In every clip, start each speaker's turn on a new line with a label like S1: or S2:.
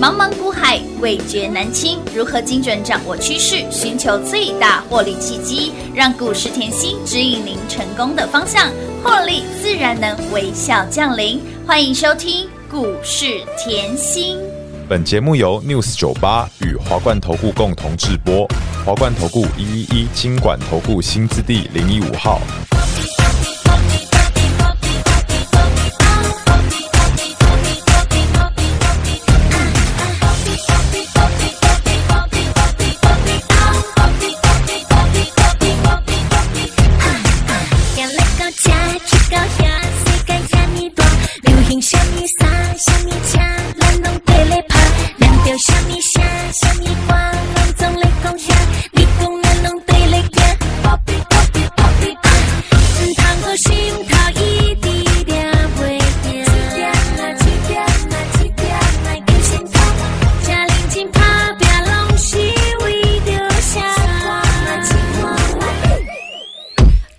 S1: 茫茫股海，味觉难清。如何精准掌握趋势，寻求最大获利契机，让股市甜心指引您成功的方向，获利自然能微笑降临。欢迎收听股市甜心。
S2: 本节目由 News 九八与华冠投顾共同制播，华冠投顾一一一金管投顾新字第零一五号。
S3: 要来到这，去到遐，世界遐尼大，流行什么衫，什么车，咱拢跟咧拍。咱着什么声，什么歌，咱总咧讲遐，你讲咱拢跟咧行。宝贝，宝贝，宝贝，啊，唔通搁心头一直抓袂定。一点啊，一点啊，一点啊，更心痛，真认真打拼，拢是为着啥？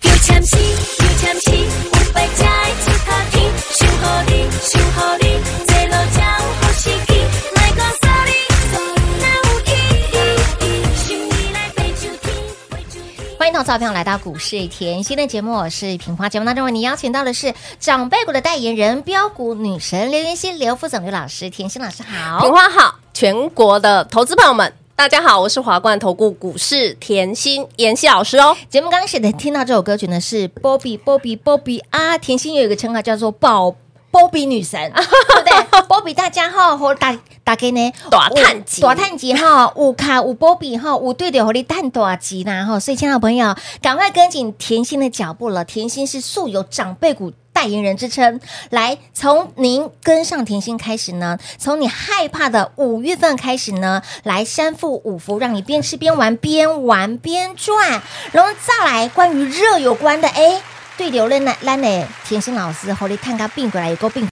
S3: 求签诗，求签诗，有白才会出头天。想乎你，想乎你，坐落才有好时机。莫讲 sorry，哪有意义？想你来白酒天，白酒天。
S4: 欢迎投资者朋友来到股市甜心的节目，我是平花。节目当中为您邀请到的是长辈股的代言人标股女神刘妍希、刘副总、刘老师、甜心老师好
S5: 品。花好，全国的投资朋友们，大家好，我是华冠投顾股市甜心妍希老师哦。
S4: 节目刚开始的听到这首歌曲呢是 Bobby Bobby Bobby 啊，甜心有一个称号叫做宝。波比女 神，对不对？波比大家好，和打打给呢，
S5: 大探级
S4: 大探级 哈，五卡五波比哈，五对对和你蛋大级啦哈，所以亲爱的朋友，赶快跟紧甜心的脚步了。甜心是素有长辈股。代言人之称，来从您跟上甜心开始呢，从你害怕的五月份开始呢，来三副五福，让你边吃边玩，边玩边赚，然后再来关于热有关的，哎，对流了呢，咱的甜心老师和你探个并过来有够并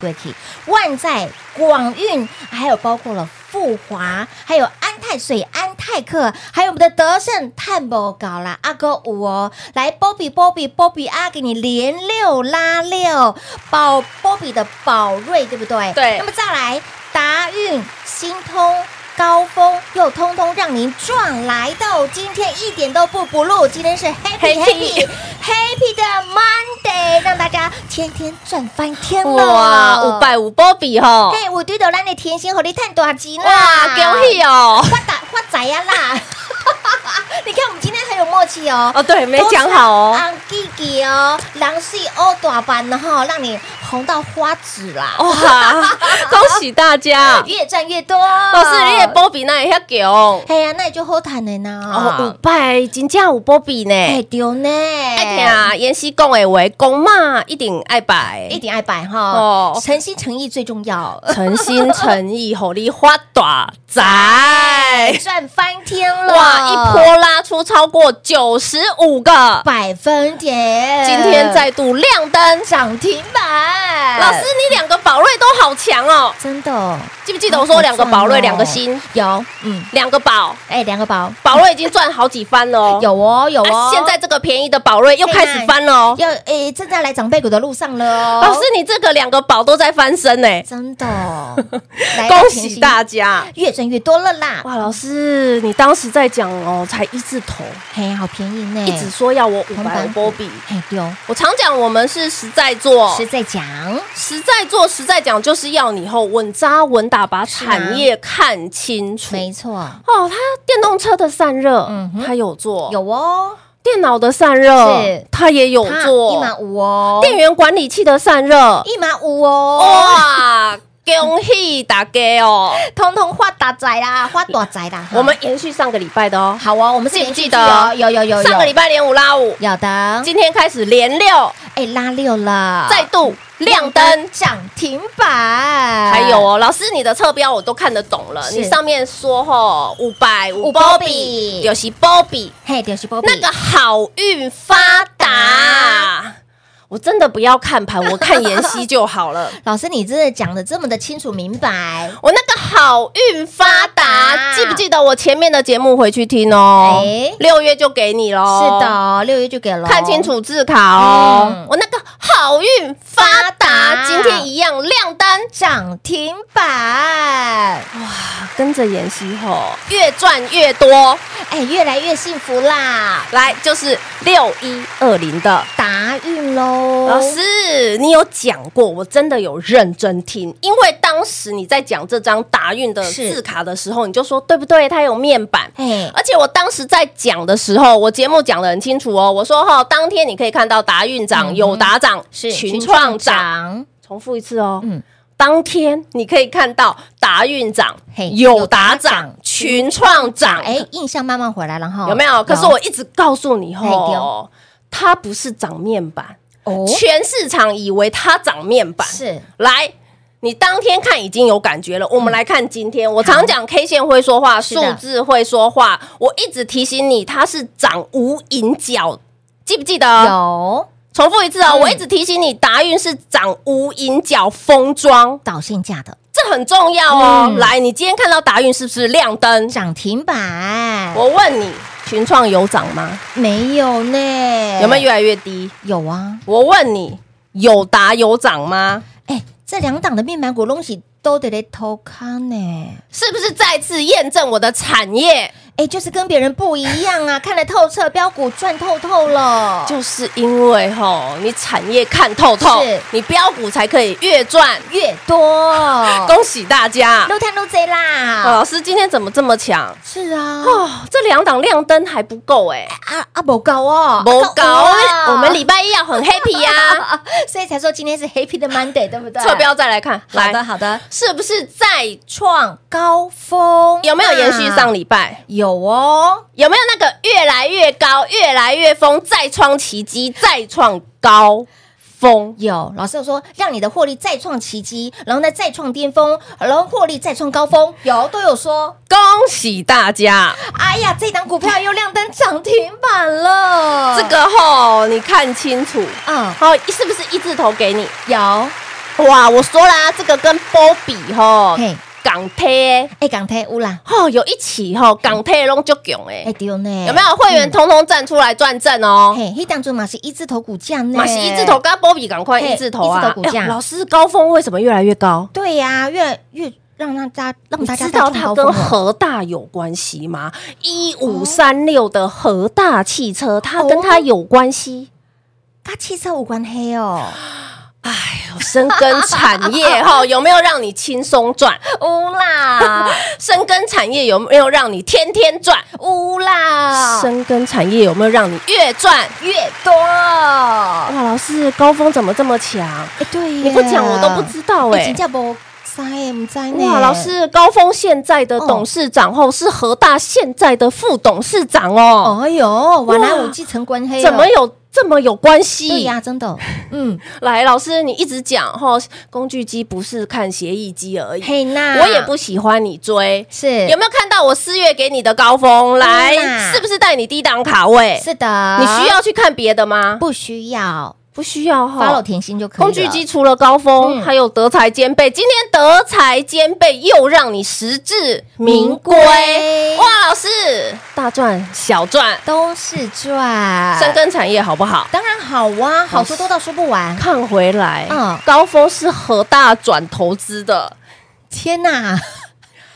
S4: 对体，万载、广运，还有包括了富华，还有安泰水、安泰克，还有我们的德胜探宝搞啦，阿哥五哦，来波比波比波比啊，给你连六拉六，宝波比的宝瑞对不对？
S5: 对
S4: 那么再来达运、新通。高峰又通通让您赚来到今天一点都不不露，今天是 happy happy
S5: Happy
S4: happy 的 Monday，让大家天天赚翻天了！
S5: 哇，五百五波比哦，
S4: 嘿，我对头，咱的甜心和你探大吉啦！
S5: 哇，恭喜哦！
S4: 发达发财呀啦！ 你看我们今天很有默契哦。
S5: 哦，对，没讲好哦。
S4: 昂弟弟哦，狼是欧大班的哈，让你红到花指啦！哦，
S5: 哇，恭喜大 家！
S4: 越赚越多。
S5: 老
S4: 老
S5: 师，你的波比那也遐强
S4: 嘿呀，那你就好谈的呢。
S5: 哦，五百真正有波比呢。
S4: 哎丢呢，
S5: 爱
S4: 爱
S5: 听啊，妍希讲的话，公嘛一定爱摆，
S4: 一点爱摆哈
S5: 哦，
S4: 诚心诚意最重要。
S5: 诚心诚 意，吼你发大财。
S4: 赚翻天了！
S5: 哎哇，一波拉出超过九十五个，
S4: 百分点，
S5: 今天再度亮灯。
S4: 涨停板。
S5: 老师，你两个宝瑞都好强哦，
S4: 真的哦
S5: 记不记得我说两个宝瑞，
S4: 好赚哦
S5: 两个新，
S4: 有，嗯，
S5: 两个宝，
S4: 哎，两个宝
S5: 宝瑞已经赚好几番了哦。
S4: 有哦，有哦
S5: 啊，。现在这个便宜的宝瑞又开始翻了哦。
S4: 要哎，正在来长辈股的路上了哦。
S5: 老师，你这个两个宝都在翻身呢，
S4: 真的 哦，来
S5: 恭喜大，家！
S4: 越赚越多了啦！
S5: 哇，老师，你当时在讲哦，才一字头，
S4: 嘿，好便宜呢，
S5: 一直说哦要我五
S4: 嗯红
S5: 百
S4: 板
S5: 五波比，
S4: 嘿丢，
S5: 我常讲我们是实在做，
S4: 是在讲
S5: 实在做，实在讲，就是要你以后稳扎稳打，把
S4: 是啊
S5: 产业看清楚。
S4: 啊没错，
S5: 哦，它电动车的散热，
S4: 嗯哼
S5: 它有做；
S4: 有哦，
S5: 电脑的散热
S4: 是，
S5: 它也有
S4: 它一
S5: 做；
S4: 码五哦，
S5: 电源管理器的散热，
S4: 一码五哦，
S5: 哇，恭喜大家哦！
S4: 通通画大宅啦，画大宅啦。哈
S5: 我们延续上个礼拜的哦，
S4: 好哦，我们是
S5: 记不
S4: 连续
S5: 记
S4: 剧
S5: 得
S4: 哦有有有有，
S5: 上个礼拜连五拉五，
S4: 有的，
S5: 今天开始连六，
S4: 哎，拉六了，
S5: 再度亮灯。
S4: 涨停板，
S5: 还有哦，老师，你的侧标我都看得懂了。
S4: 哎是
S5: 你上面说吼五百
S4: 有
S5: 五
S4: 波
S5: 波
S4: 比
S5: 比，有是波比，
S4: 嘿，就是波比
S5: 那个好运发达。我真的不要看 盘，我看妍希就好了。
S4: 老师，你真的讲的这么的清楚明白，
S5: 我那个好运发
S4: 发
S5: 达，
S4: 达
S5: 记不记得我前面的节目回去听哦
S4: 哎？
S5: 六月就给你喽。
S4: 是的哦，六月就给了，
S5: 看清，楚字卡哦。
S4: 嗯
S5: 我那个好运发达，
S4: 发达
S5: 今天一样亮单，
S4: 涨停板，
S5: 跟着妍希吼，越赚越多。
S4: 哎，越来越幸福啦，
S5: 来，就是六一二零的。
S4: 达运喽，
S5: 老师，你有讲过，我真的有认真听，因为当时你在讲这张达运的
S4: 是
S5: 字卡的时候，你就说对不对？它有面板，
S4: 哎，
S5: 而且我当时在讲的时候，我节目讲的很清楚哦。我说哈、当天你可以看到达运涨、
S4: 嗯
S5: 友达涨、
S4: 是
S5: 群创涨，
S4: 涨，
S5: 重复一次哦。
S4: 嗯
S5: 当天你可以看到达运涨
S4: 嘿、
S5: 哎友达
S4: 友达
S5: 涨
S4: 涨、
S5: 群创涨，
S4: 哎，印象慢慢回来了哈，
S5: 有没有？可是我一直告诉你
S4: 嘿
S5: 哦
S4: 对，
S5: 它不是涨面板，
S4: 哦，
S5: 全市场以为它涨面板。
S4: 是嗯
S5: 来，你当天看已经有感觉了，我们来看今天。我常讲 K 线会说话，
S4: 是
S5: 数
S4: 的
S5: 字会说话，我一直提醒你，它是涨无影脚，记不记得？
S4: 有
S5: 重复一次哦，
S4: 嗯
S5: 我一直提醒你，达运是涨无影脚封装，
S4: 导线价的
S5: 这很重要哦。
S4: 嗯
S5: 来，你今天看到达运是不是亮灯？
S4: 涨停板，
S5: 我问你，群创有涨吗？
S4: 没有呢，
S5: 有没有越来越低？
S4: 有啊，
S5: 我问你，友达有涨吗？
S4: 哎，这两档的面板股东西都得来偷看呢。
S5: 是不是再次验证我的产业？
S4: 哎，就是跟别人不一样啊， 看得透彻，标股赚透透了。
S5: 就是因为吼，你产业看透透
S4: 是，
S5: 你标股才可以越赚。
S4: 越多，
S5: 恭喜大家！
S4: 撸碳撸贼啦！
S5: 哦老师今天怎么这么强？
S4: 是啊，
S5: 哦，这两档亮灯还不够哎，
S4: 啊啊，不高哦，
S5: 不够哎
S4: 啊够啊，
S5: 我们礼拜一要很 happy 呀。
S4: 所以才说今天是 Happy 的 Monday，对不对？
S5: 侧标再来看，
S4: 好的
S5: 来，
S4: 好的，
S5: 是不是再
S4: 创高峰
S5: 有没有延续上
S4: 啊
S5: 礼拜？
S4: 有哦，
S5: 有没有那个越来越高，越来越疯，再创奇迹，再创高峰？
S4: 有老师有说让你的获利再创奇迹，然后呢再创巅峰，然后获利再创高峰，有都有说。
S5: 恭喜大家！
S4: 哎呀，这档股票又亮灯涨停板了，
S5: 这个吼，你看清楚，
S4: 嗯
S5: 嗯好，是不是一字头给你？
S4: 有，
S5: 哇，我说啦，这个跟波比吼
S4: 嘿，
S5: 港铁
S4: 哎港台乌啦，
S5: 吼有一起吼，港铁拢就囧
S4: 哎
S5: 哎，
S4: 丢呢，嗯
S5: 有没有会员通通站出来赚正哦？
S4: 嘿，黑当中嘛是一字头股价呢，
S5: 马是一字头，跟波比赶快
S4: 嘿
S5: 一字头啊！
S4: 一字头股价
S5: 哎呦老师高峰为什么越来越高？
S4: 对呀、越越让让大家让
S5: 你
S4: 哦大家
S5: 知道
S4: 再
S5: 它
S4: 创
S5: 跟
S4: 高峰了哦
S5: 和大有关系吗？一五三六的和大汽车，它
S4: 哦
S5: 跟它有关系。
S4: 跟汽车无关黑哦，
S5: 深耕 产业哈，有没有让你轻松赚？
S4: 乌 啦
S5: 深耕产业有没有让你天天赚？
S4: 乌啦，
S5: 深耕产业有没有让你越赚？
S4: 越多，哎、
S5: 哇，老师，高峰怎么这么强？
S4: 对耶，
S5: 你不讲我都不知道
S4: 哎，
S5: 哎
S4: 金、价不塞唔塞呢，
S5: 哇，老师，高峰现在的董事长后是和大现在的副董事长哦，
S4: 哦，
S5: 哎
S4: 哎呦，原来我继承关黑、哦，
S5: 怎么有这么有关
S4: 对
S5: 系？
S4: 呀、真的，嗯，
S5: 来，老师，你一直讲哈，工具机不是看协议机而已，
S4: 嘿那
S5: 我也不喜欢你追。
S4: 是
S5: 有没有看到我四月给你的高峰？来，
S4: 嗯啊
S5: 是不是带你低档卡位？
S4: 是的，
S5: 你需要去看别的吗？
S4: 不需要
S5: 啊不需要哈
S4: follow 甜心就可以了，
S5: 工具机除了高峰，
S4: 嗯
S5: 还有德才兼备。今天德才兼备又让你实至名归
S4: 名归
S5: 哇！老师，嗯大赚小赚，
S4: 都是赚，
S5: 深耕产业好不好？
S4: 当然好哇，好说多到说不完。
S5: 看回来，
S4: 嗯
S5: 高峰是和大转投资的，
S4: 天哪，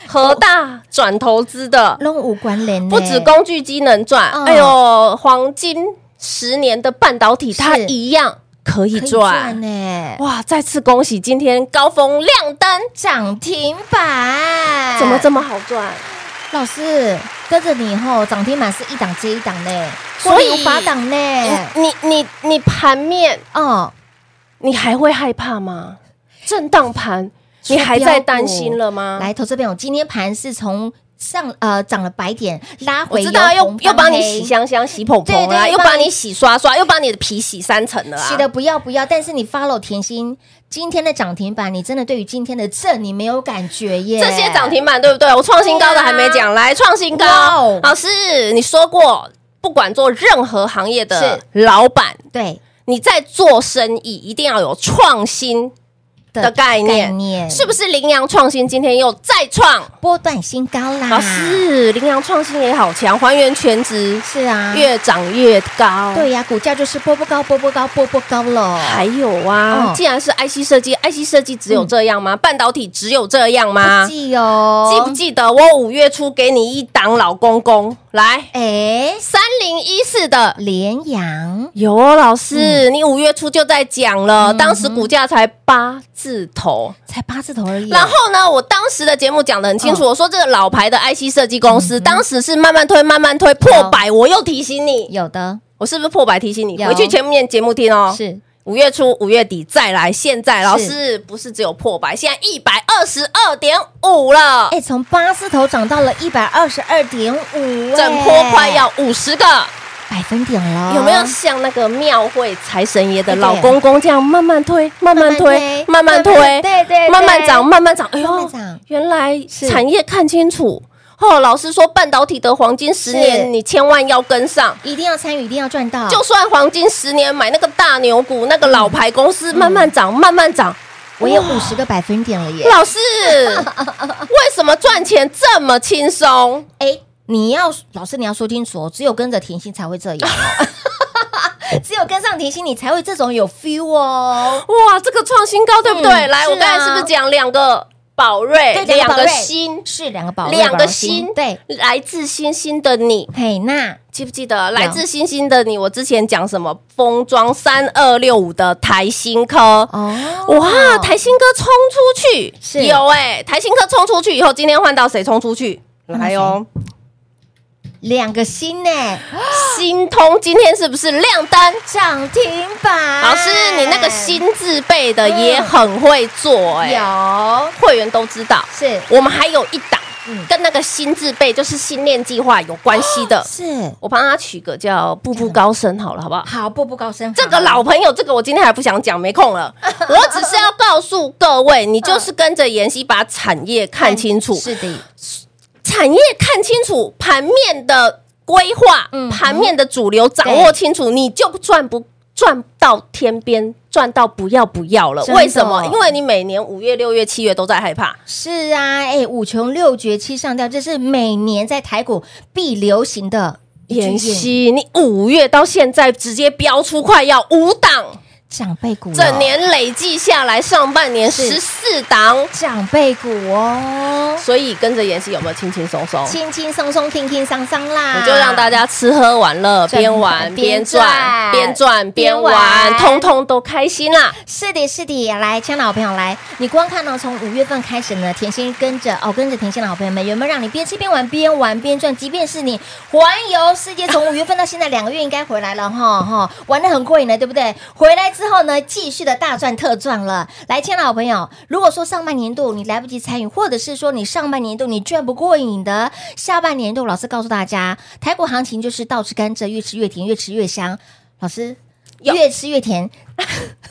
S5: 和大转投资的，
S4: 拢无关联呢，
S5: 不止工具机能赚，
S4: 嗯
S5: 哎呦，黄金十年的半导体它
S4: 是
S5: 一样可以
S4: 可以赚
S5: 赚。
S4: 呢，
S5: 哇！再次恭喜今天高峰亮灯，
S4: 涨停板
S5: 怎么这么好赚？
S4: 老师跟着你后涨停板是一档接一档呢，
S5: 所以
S4: 获利无法挡
S5: 哎
S4: 呢，
S5: 你你你盘面，
S4: 哦，
S5: 你还会害怕吗？震荡盘，你还在担心了吗？
S4: 来，投资朋友，今天盘是从上呃涨了百点拉
S5: 我
S4: 回，
S5: 知道
S4: 由
S5: 又
S4: 红翻
S5: 又帮你
S4: 黑
S5: 洗香香、洗捧捧
S4: 对
S5: 啦，
S4: 对
S5: 又
S4: 帮
S5: 帮
S4: 你
S5: 你洗刷刷，又帮你的皮洗三层了啊。
S4: 洗的不要不要，但是你 follow 甜心今天的涨停板，你真的对于今天的正你没有感觉耶？
S5: 这些涨停板对不对？我啊创新高的还没讲，来创新
S4: 哇
S5: 高
S4: 哦，
S5: 老师你说过，不管做任何行业的
S4: 是
S5: 老板，
S4: 对
S5: 你在做生意一定要有创新的概念，是
S4: 是
S5: 不是？羚羊创新今天又再创，
S4: 波段新高啦？
S5: 老师，羚羊创新也好强，还原全值
S4: 是啊，
S5: 越长越高。
S4: 对呀、股价就是波波高，波波高，波波高喽。
S5: 还有啊，
S4: 哦
S5: 既然是 IC 设计，IC 设计只有这样吗？半导体只有这样吗？
S4: 不记哦，
S5: 啊记不？记得我五月初给你一档老公公来
S4: 哎，
S5: 三零一四的？
S4: 联阳
S5: 有哦，老师，嗯你五月初就在讲了，当时股价才八字头。
S4: 才八字头而已，
S5: 然后呢，我当时的节目讲的很
S4: 嗯
S5: 清楚，我说这个老牌的 IC 设计公司，当时是慢慢推，慢慢推破百，我又提醒你，
S4: 有的
S5: 我是不是破百提醒你？
S4: 嗯有
S5: 回去前面节目听哦。
S4: 是
S5: 五月初、五月底再来，现在老
S4: 是
S5: 师不是只有破百，现在一百二十二点五了，
S4: 哎，从八字头涨到了一百二十二点五，哎
S5: 整波快要五十个。
S4: 百分点了，
S5: 有没有像那个庙会财神爷的
S4: 哎对
S5: 老公公这样慢慢推、慢慢推、慢慢推，
S4: 对对，
S5: 慢慢涨、慢慢涨？哎
S4: 慢慢
S5: 呦
S4: 涨，
S5: 原来
S4: 是
S5: 产业看清楚哦。老师说，半导体的黄金十
S4: 是啊
S5: 年，你千万要跟上。
S4: 一定要参与，一定要赚到，
S5: 就算黄金十年买那个大牛股，那个老牌公司，慢慢涨，慢慢涨。
S4: 我有
S5: 哇
S4: 五十个百分点了耶！
S5: 老 师，为什么赚钱这么轻松？
S4: 哎，你要老师你要说清楚哦，只有跟着甜心才会这样哦， 只有跟上甜心你才会这种有 feel 哦。
S5: 哇，这个创新高，对不对？
S4: 嗯
S5: 来，
S4: 是啊
S5: 我刚才是不是讲两个宝瑞，
S4: 对两个宝瑞
S5: 新？
S4: 是两个宝贝，
S5: 两
S4: 宝贝
S5: 个心，
S4: 对，，
S5: 来自星星的你，
S4: 嘿，那
S5: 记不记得？来自星星的你，我之前讲什么？封装三二六五的台新科。
S4: 哦，
S5: 哇，台新科冲出去，
S4: 是
S5: 有哎、台新科冲出去以后，今天换到谁冲出去？
S4: 换到
S5: 来哦，
S4: 两个心呢，
S5: 新通今天是不是亮灯？
S4: 涨停板。
S5: 老师，你那个新字辈的也很会做哎、
S4: 有
S5: 会员都知道。
S4: 是
S5: 我们还有一档
S4: 嗯哦
S5: 跟那个新字辈，就是新念计划有关系的，
S4: 是
S5: 我帮他取个叫“步步高升”好了，好不好？
S4: 好步步高升，
S5: 这个
S4: 好
S5: 老朋友，这个我今天还不想讲，没空 了。我只是要告诉各位，你就是跟着妍希把产业看清楚，
S4: 嗯是的，
S5: 产业看清楚，盘面的规划
S4: 嗯，
S5: 盘面的主流掌握清楚，你就赚不赚到天边，赚到不要不要了。
S4: 真的哦
S5: 为什么？因为你每年五月、六月、七月都在害怕。
S4: 是啊，哎，五穷六绝七上吊，这是每年在台股必流行的一句谚语。
S5: 妍希，你五月到现在直接标出快要五档，
S4: 长辈股了，哦
S5: 整年累计下来，上半年
S4: 是
S5: 十四档，
S4: 长辈股哦，
S5: 所以跟着妍希有没有轻轻松松？
S4: 轻轻松松、轻轻桑桑啦，
S5: 我就让大家吃喝玩乐，
S4: 赚
S5: 边玩边
S4: 边
S5: 赚，
S4: 赚
S5: 边赚边
S4: 边
S5: 玩，
S4: 玩
S5: 通通都开心啦！
S4: 是的，是的，来，亲爱的好朋友，来，你光看到从五月份开始呢，甜心跟着哦，跟着甜心的好朋友们，有没有让你边吃边玩，边玩边赚？即便是你环游世界，从五月份到现在两个月，应该回来了哈哈，玩的很过瘾了，对不对？回来之后呢，继续的大赚特赚了。来，亲爱的好朋友，如果说上半年度你来不及参与，或者是说你上半年度你赚不过瘾的，下半年度老师告诉大家，台股行情就是倒吃甘蔗，越吃越甜，越吃越香。老师
S5: 有
S4: 越吃越甜，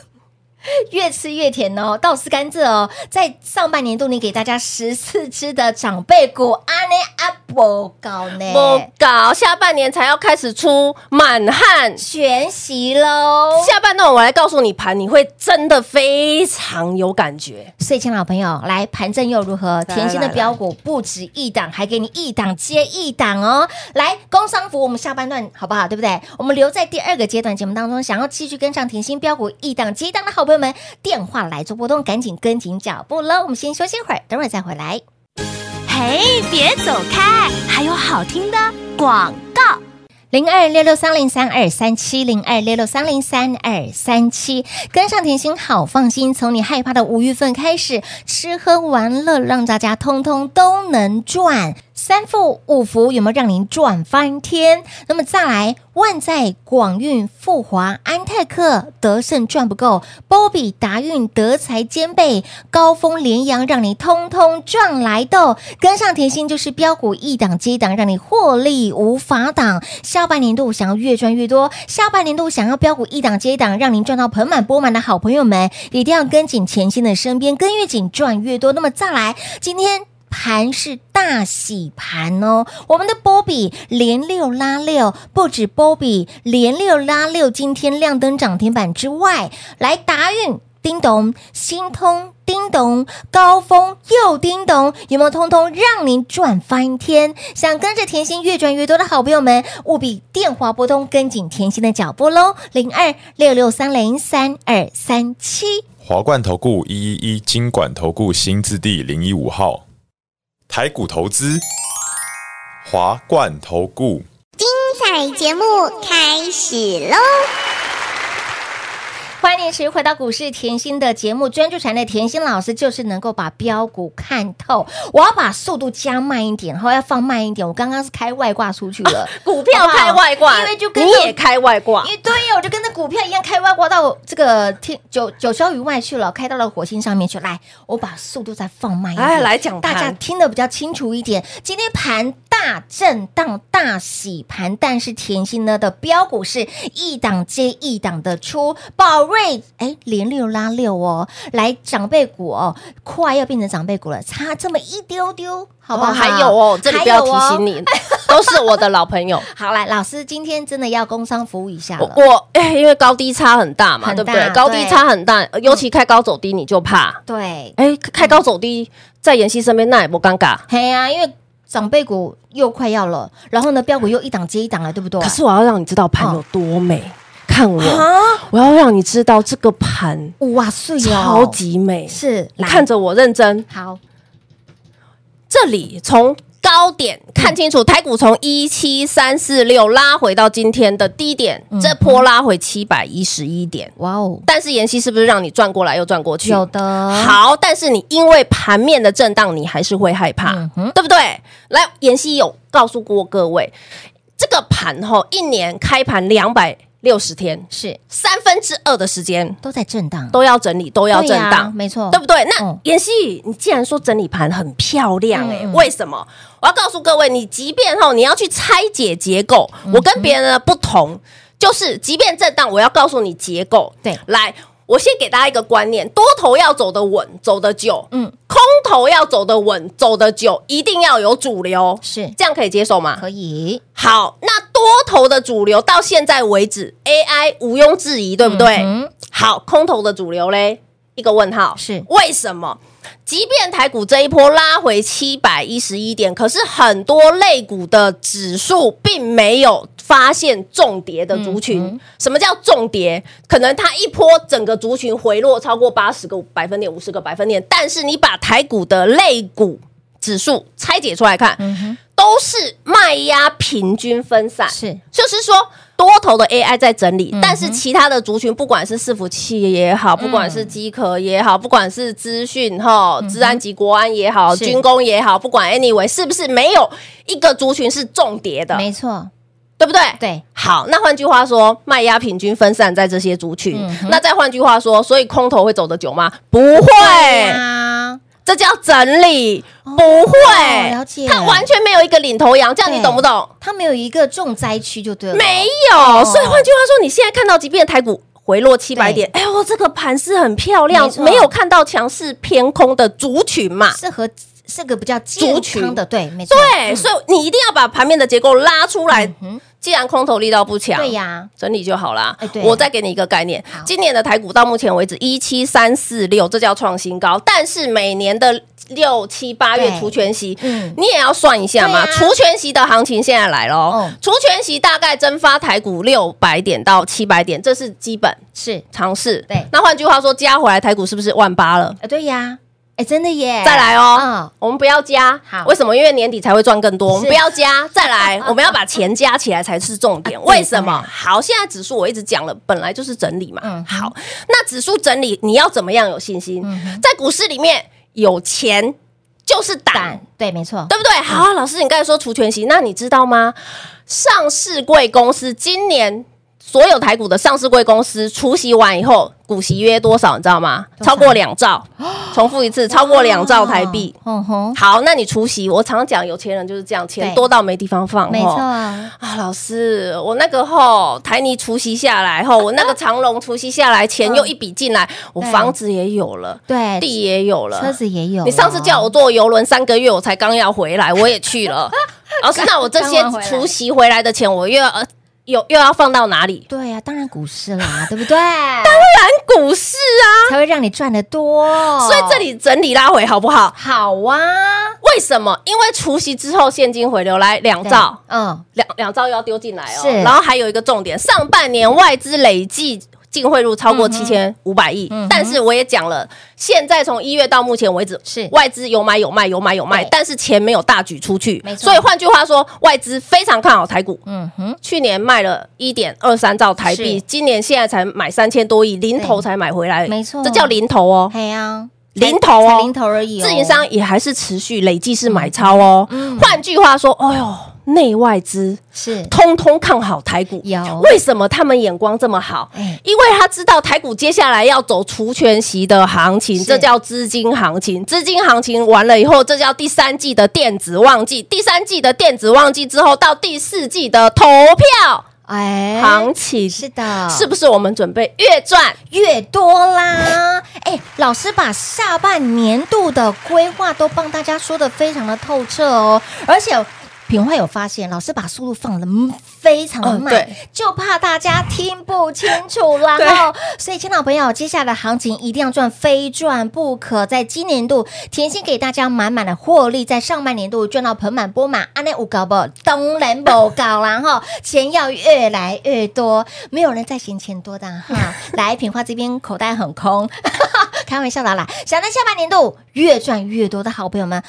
S4: 越吃越甜哦，倒是甘蔗哦。在上半年度，你给大家十四只的长辈股，阿内阿伯高
S5: 不
S4: 呢，
S5: 搞，下半年才要开始出满汉。
S4: 全席喽。
S5: 下半段我来告诉你盘，你会真的非常有感觉。
S4: 所以，亲爱的好朋友，来盘正又如何？
S5: 来
S4: 甜心的标股不止一档，还给你一档接一档哦。来，工商服我们下半段好不好？对不对？我们留在第二个阶段节目当中，想要继续跟上甜心标股一档接一档的好朋友们，电话来做波动，赶紧跟紧脚步喽。我们先休息一会儿，等会儿再回来。
S1: 嘿，别走开，还有好听的广告。
S4: 零二六六三零三二三七零二六六三零三二三七，跟上甜心好放心。从你害怕的五月份开始，吃喝玩乐让大家通通都能赚。三富五福有没有让您赚翻天？那么再来，万载、广运、富华、安泰克、德胜赚不够，波比、达运、德才兼备，高峰、联阳让你通通赚来的。跟上甜心就是标股一档接一档，让你获利无法挡。下半年度想要越赚越多，下半年度想要标股一档接一档，让您赚到盆满钵满的好朋友们，一定要跟紧甜心的身边，跟越紧赚越多。那么再来，今天。盘是大洗盘哦。我们的波比连六拉六，不止波比连六拉六，今天亮灯涨停板之外，来达运。叮咚，新通叮咚，高峰又叮咚，有没有通通让您赚翻天？想跟着甜心越赚越多的好朋友们，务必电话拨通，跟紧甜心的脚步喽，零二六六三零三二三七。
S2: 华冠投顾一一一金管投顾新字第零一五号，台股投资，华冠投顾。
S6: 彩节目开始喽！
S4: 欢迎持续回到股市甜心的节目，专注产业的甜心老师就是能够把标股看透。我要把速度加慢一点，然后要放慢一点。我刚刚是开外挂出去 了，
S5: 股票开外挂，
S4: 因为就跟
S5: 你也开外挂
S4: 因，为对呀，我就跟那股票一样开外挂到这个天九九霄云外去了，开到了火星上面去。来，我把速度再放慢一点，
S5: 哎来讲
S4: 大家
S5: 盘
S4: 听得比较清楚一点。今天盘大震荡、大洗盘，但是甜心呢的标股是一档接一档的出，宝瑞哎连六拉六哦，来长辈股哦，快要变成长辈股了，差这么一丢丢，好不好？
S5: 哦还有哦，这里不要提
S4: 还有哦
S5: 醒。你，都是我的老朋友。
S4: 好来，老师今天真的要工商服务一下
S5: 我
S4: 了。
S5: 我哎，因为高低差很大嘛，
S4: 很
S5: 对
S4: 大
S5: 不对？高低差很大，尤其开高走低你就怕。
S4: 对，
S5: 哎，开高走低在妍希身边那也不尴尬。
S4: 嘿呀、因为长辈股又快要了，然后呢，标股又一档接一档了，对不对？
S5: 可是我要让你知道盘有多美，看我，我要让你知道这个盘
S4: 哇塞哟，
S5: 超级美，
S4: 是
S5: 哦你
S4: 来
S5: 看着我认真，
S4: 好，
S5: 这里从高点看清楚，台股从一七三四六拉回到今天的低点，这波拉回七百一十一点。
S4: 哇哦，
S5: 但是妍希是不是让你转过来又转过去？
S4: 有的，
S5: 好，但是你因为盘面的震荡，你还是会害怕，
S4: 嗯哼
S5: 对不对？来，妍希有告诉过各位，这个盘吼一年开盘两百六十天，
S4: 是
S5: 三分之二的时间
S4: 都在震荡，
S5: 都要整理，都要震
S4: 对呀
S5: 荡，
S4: 没错，
S5: 对不对？那
S4: 嗯
S5: 妍希，你既然说整理盘很漂亮、欸，
S4: 嗯嗯
S5: 为什么？我要告诉各位，你即便吼你要去拆解结构，
S4: 嗯
S5: 我跟别人的不同，就是即便震荡，我要告诉你结构。
S4: 对
S5: 来，我先给大家一个观念：多头要走得稳，走得久；
S4: 嗯，
S5: 空头要走得稳，走得久，一定要有主流，
S4: 是
S5: 这样可以接受吗？
S4: 可以，
S5: 好，那多头的主流到现在为止，AI 毋庸置疑，对不对？
S4: 嗯
S5: 好，空头的主流嘞，一个问号
S4: 是
S5: 为什么？即便台股这一波拉回七百一十一点，可是很多类股的指数并没有发现重跌的族群。什么叫重跌？可能它一波整个族群回落超过八十个百分点、五十个百分点，但是你把台股的类股指数拆解出来看，都是卖压平均分散，
S4: 是
S5: 就是说多头的 AI 在整
S4: 嗯
S5: 理，但是其他的族群，不管是伺服器也好，不管是机壳也好，不管是资讯哈、治安及国安也好，
S4: 嗯是
S5: 军工也好，不管 anyway 是不是没有一个族群是重叠的，
S4: 没错，
S5: 对不对？。
S4: 对，
S5: 好，那换句话说，卖压平均分散在这些族群。
S4: 嗯
S5: 那再换句话说，所以空头会走得久吗？不会，
S4: 啊，
S5: 这叫整理，
S4: 哦
S5: 不会。
S4: 了解
S5: 它完全没有一个领头羊，这样你
S4: 对
S5: 懂不懂？
S4: 它没有一个重灾区就对了，
S5: 没有。
S4: 哦
S5: 所以换句话说，你现在看到，即便台股回落七百点，哎呦，这个盘是很漂亮
S4: 没，错
S5: 没有看到强势偏空的族群嘛？
S4: 适合是个比较健
S5: 族群
S4: 康的，对，没错，嗯
S5: 对，所以你一定要把盘面的结构拉出来。既然空头力道不强，
S4: 对呀，
S5: 整理就好啦
S4: 哎对。
S5: 我再给你一个概念，今年的台股到目前为止一七三四六，这叫创新高。但是每年的六七八月
S4: 对
S5: 除权息，
S4: 嗯
S5: 你也要算一下嘛。
S4: 对啊
S5: 除权息的行情现在来了哦
S4: 嗯，
S5: 除权息大概蒸发台股六百点到七百点，这是基本
S4: 是，
S5: 常识。
S4: 对
S5: 那换句话说，加回来台股是不是万八了？
S4: 呃，对呀，哎，真的耶，
S5: 再来
S4: 嗯
S5: 哦，我们不要加
S4: 好，
S5: 为什么？因为年底才会赚更多，我们
S4: 是
S5: 不 要加，再来，我们要把钱加起来才是重点。
S4: 对
S5: 为什么？好，现在指数我一直讲了，本来就是整理嘛。
S4: 嗯
S5: 好，那指数整理你要怎么样有信心？在股市里面有钱就是胆
S4: 胆，，嗯对，没错，
S5: 对不对？好，老师，你刚才说除权息，那你知道吗？上市贵公司今年所有台股的上市贵公司除息完以后，股息约多少？你知道吗？超过两兆。重复一次，超过两兆台币。
S4: 嗯哼，
S5: 好，那你除息，我常讲有钱人就是这样，钱
S4: 对
S5: 多到没地方放。
S4: 没
S5: 吼
S4: 错啊，
S5: 啊，老师，我那个吼台泥除息下来吼，我那个长隆除息下来，钱又一笔进来，我
S4: 对
S5: 房子也有了，
S4: 对，
S5: 地也有了，
S4: 车子也有。哦
S5: 你上次叫我，坐游轮三个月，我才刚要回来，我也去 了。老师，那我这些
S4: 刚完回来
S5: 除夕回来的钱，我又要呃有又要放到哪里？
S4: 对呀、当然股市啦，对不对？
S5: 看股市啊！
S4: 才会让你赚得多。
S5: 所以这里整理拉回好不好？
S4: 好啊，
S5: 为什么？因为除夕之后现金回流来两兆，
S4: 对嗯，
S5: 两两兆又要丢进来哦
S4: 是。
S5: 然后还有一个重点，上半年外资累计。净汇入超过
S4: 嗯
S5: 七千五百亿，但是我也讲了，现在从一月到目前为止，
S4: 是
S5: 外资有买有卖有买有卖
S4: 对，
S5: 但是钱没有大举出去
S4: 没，错
S5: 所以换句话说，外资非常看好台股，
S4: 嗯哼，
S5: 去年卖了一点二三兆台币
S4: 是，
S5: 今年现在才买三千多亿，零头才买回来，
S4: 没错
S5: 这叫零头哦。
S4: 嘿呀、才
S5: 零头哦
S4: 才零头而已、哦。
S5: 自营商也还是持续累计是买超哦。
S4: 嗯
S5: 换句话说，哎呦，内外资
S4: 是
S5: 通通看好台股，
S4: 有
S5: 为什么他们眼光这么好？
S4: 哎
S5: 因为他知道台股接下来要走除权息的行情，
S4: 是
S5: 这叫资金行情。资金行情完了以后，这叫第三季的电子旺季。第三季的电子旺季之后，到第四季的投票
S4: 哎，
S5: 行情，
S4: 是的，
S5: 是不是我们准备越赚？
S4: 越多啦。哎，老师把下半年度的规划都帮大家说的非常的透彻哦，而且。品花有发现，老师把速度放的非常的
S5: 嗯
S4: 慢，
S5: 对
S4: 就怕大家听不清楚啦。
S5: 对
S4: 哦所以，亲老朋友，接下来行情一定要赚，非赚不可。在今年度，甜心给大家满满的获利，在上半年度赚到盆满钵满，安内有搞不？当然不搞啦 哈，钱要越来越多，没有人再嫌钱多的哈。来，品花这边口袋很空， 开玩笑的啦。想在下半年度越赚越多的好朋友们。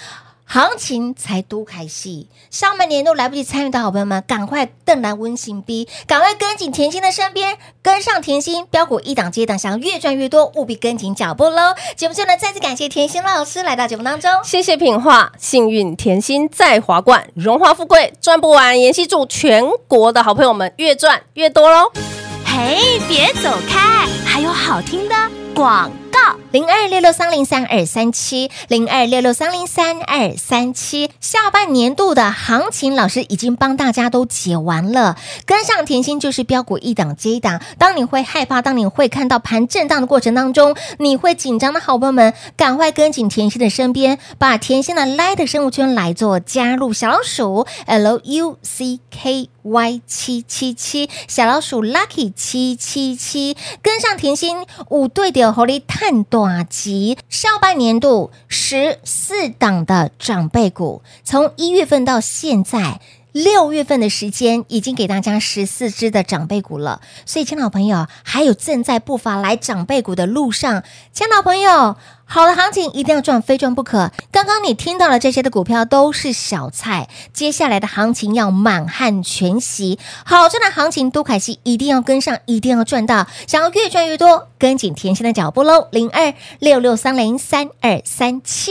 S4: 行情才都开戏，上半年都来不及参与的好朋友们，赶快邓来温馨逼，赶快跟紧甜心的身边，跟上甜心标股一档接一档，想要越赚越多，务必跟紧脚步喽！节目最后呢，再次感谢甜心老师来到节目当中，
S5: 谢谢品画，幸运甜心在华冠，荣华富贵赚不完。妍希祝全国的好朋友们越赚越多喽！
S6: 嘿，别走开，还有好听的广告。
S4: 零二六六三零三二三七，零二六六三零三二三七。下半年度的行情，老师已经帮大家都解完了。跟上甜心就是标股一档接一档。当你会害怕，当你会看到盘震荡的过程当中，你会紧张的好朋友们，赶快跟紧甜心的身边，把甜心的 Light 的生物圈来做加入小老鼠 L U C K Y 七七七，小老鼠 Lucky 七七七，跟上甜心五对的狐狸探短集，上半年度十四档的长辈股，从一月份到现在。六月份的时间已经给大家十四只的长辈股了，所以，亲老朋友，还有正在步伐来长辈股的路上，亲老朋友，好的行情一定要赚，非赚不可。刚刚你听到了这些的股票都是小菜，接下来的行情要满汉全席，好赚的行情，都凯西一定要跟上，一定要赚到，想要越赚越多，跟紧甜心的脚步喽，零二六六三零三二三七。